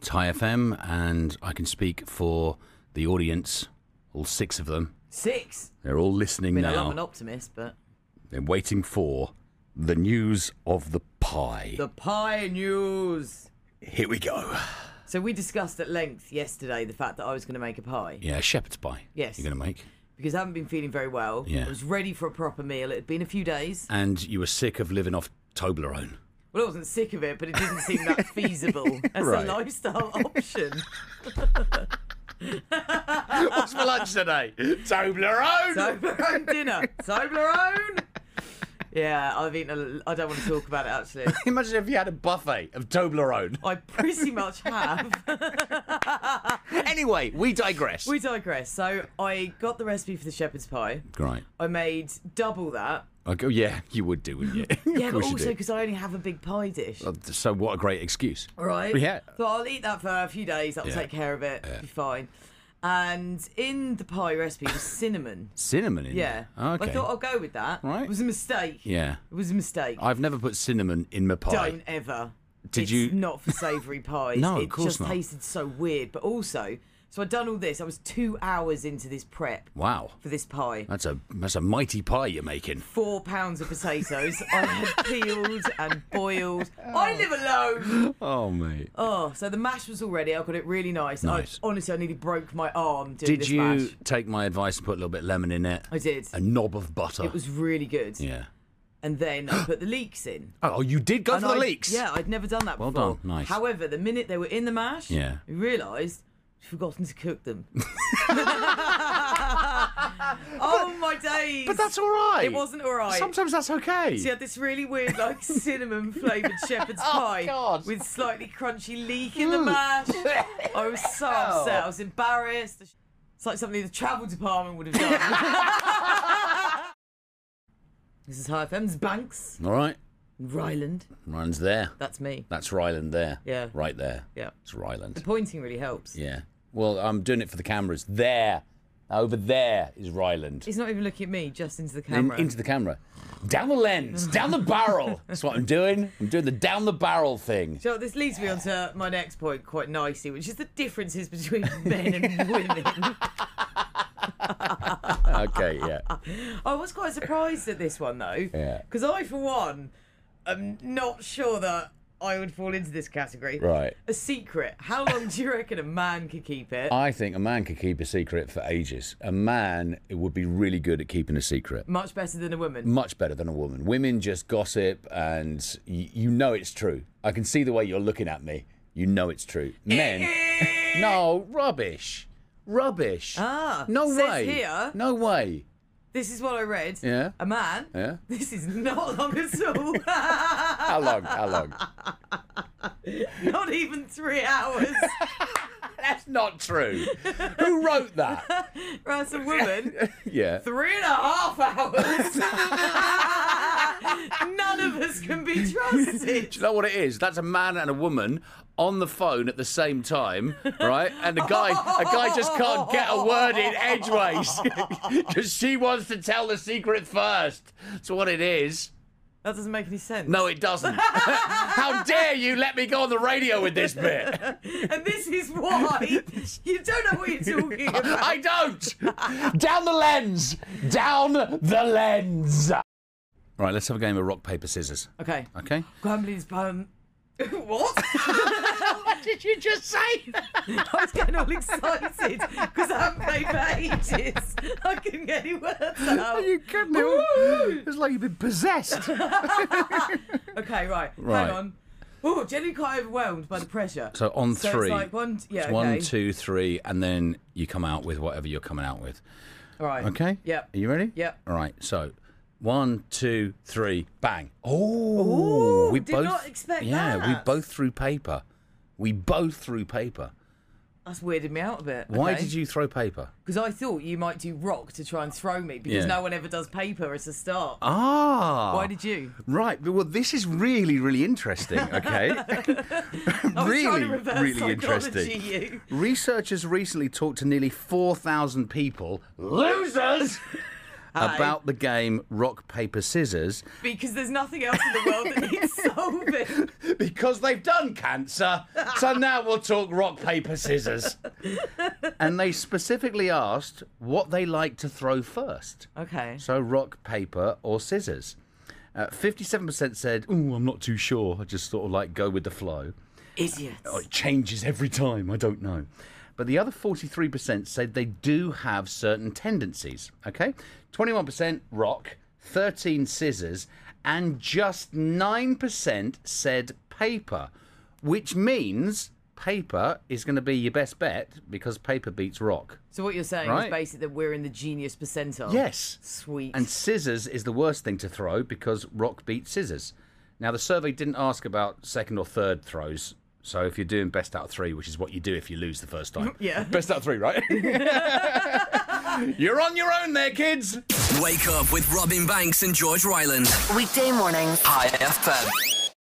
Thai FM, and I can speak for the audience, all six of them. Six. They're all I listening mean, I'm an now. optimist, but They're waiting for the news of the pie. the pie news. Here we go. So we discussed at length yesterday the fact that I was going to make a pie Yeah, shepherd's pie. Yes. You're going to make. because I haven't been feeling very well. Yeah. I was ready for a proper meal. It had been a few days. And you were sick of living off Toblerone. Well, I wasn't sick of it, but it didn't seem that feasible as Right. a lifestyle option. What's for lunch today? Toblerone! Toblerone dinner. Toblerone. Yeah, I've eaten. A, I don't want to talk about it actually. Imagine if you had a buffet of Toblerone. I pretty much have. anyway, we digress. We digress. So I got the recipe for the shepherd's pie. Right. I made double that. I go, yeah, you would do, wouldn't you? Yeah, of but course also you do. Uh, because I only have a big pie dish. So what a great excuse. All right. Yeah. So I'll eat that for a few days. That'll Yeah. take care of it. Be fine. And in the pie recipe was cinnamon. Cinnamon in Yeah. there. Okay. I thought I'll go with that. Right. It was a mistake. yeah. It was a mistake. I've never put cinnamon in my pie. Don't ever. Did it's you- Not for savoury pies. No, it of course just not. tasted so weird. But also, so I'd done all this. I was two hours into this prep Wow. for this pie. That's a that's a mighty pie you're making. four pounds of potatoes. I had peeled and boiled. I live alone. Oh mate. Oh, so the mash was all ready. I got it really nice. Nice. I, honestly, I nearly broke my arm doing Did this you mash. take my advice and put a little bit of lemon in it? I did. A knob of butter. It was really good. Yeah. And then I put the leeks in. Oh, you did go And for the I- leeks. Yeah, I'd never done that Well before. done, nice. However, the minute they were in the mash, Yeah. I realised I'd forgotten to cook them. oh my days! But that's all right. It wasn't all right. Sometimes that's okay. She had this really weird, like cinnamon flavored shepherd's pie God. with slightly crunchy leek in the mash. I was so upset. I was embarrassed. It's like something the travel department would have done. this is High FM's Banks, All right. Ryland. Ryland's there. That's me. That's Ryland there. Yeah. Right there. Yeah. It's Ryland. Pointing really helps. Yeah. Well, I'm doing it for the cameras. There. Over there is Ryland. He's not even looking at me, just into the In- camera. into the camera. Down the lens, down the barrel. That's what I'm doing. I'm doing the down the barrel thing. so this leads me on to my next point quite nicely, which is the differences between men and women. Okay, yeah. I was quite surprised at this one though. Yeah. Because I, for one, am not sure that I would fall into this category. Right. A secret. How long do you reckon a man could keep it? I think a man could keep a secret for ages. A man would be really good at keeping a secret. Much better than a woman. Much better than a woman. Women just gossip and y- you know it's true. I can see the way you're looking at me. You know it's true. Men. no, rubbish. Rubbish. Ah, no says way. here- No way. This is what I read. Yeah. A man. Yeah. This is not long at all. How long? How long? not even three hours. That's not true. Who wrote that? Whereas a woman, Yeah. three and a half hours. None of us can be trusted. Do you know what it is? That's a man and a woman on the phone at the same time, right? And the guy, a guy just can't get a word in edgeways because she wants to tell the secret first. That's what it is. That doesn't make any sense. No, it doesn't. How dare you let me go on the radio with this bit? And this is why you don't know what you're talking about. I don't. Down the lens. Down the lens. Right, let's have a game of rock paper scissors. Okay. Okay. Gramblin's poem. What? What did you just say? I was getting all excited because I haven't played for ages. I couldn't get any words out. kidding me? It's like you've been possessed. Okay, right. Right. Hang on. Oh, generally quite overwhelmed by the pressure. So on So it's three, like one- yeah, it's one, okay. two, three, and then you come out with whatever you're coming out with. All right. Okay. Yep. Are you ready? Yep. All right. So, one, two, three, bang. Oh, Ooh, we did both. not expect yeah, we that. both threw paper. We both threw paper. That's weirded me out a bit. Why did you throw paper? Because I thought you might do rock to try and throw me because Yeah. no one ever does paper as a start. Ah. Why did you? Right. Well, this is really, really interesting. Okay. I was trying really, to reverse really psychology interesting. You. Researchers recently talked to nearly 4,000 people, losers, Hi. about the game Rock, Paper, Scissors because there's nothing else in the world that needs solving. because they've done cancer. so now we'll talk rock, paper, scissors. and they specifically asked what they like to throw first. Okay. So rock, paper, or scissors. Uh, 57% said, Ooh, I'm not too sure. I just sort of like go with the flow. Idiots. Oh, It changes every time. I don't know. But the other 43% said they do have certain tendencies. Okay. 21% rock, 13 scissors, and just 9% said paper, which means paper is going to be your best bet because paper beats rock. So what you're saying Right. is basically that we're in the genius percentile. Yes. Sweet. And scissors is the worst thing to throw because rock beats scissors. Now, the survey didn't ask about second or third throws. So if you're doing best out of three, which is what you do if you lose the first time. Yeah. Best out of three, right? you're on your own there, kids. Wake up with Robin Banks and George Ryland. Weekday mornings. High FM.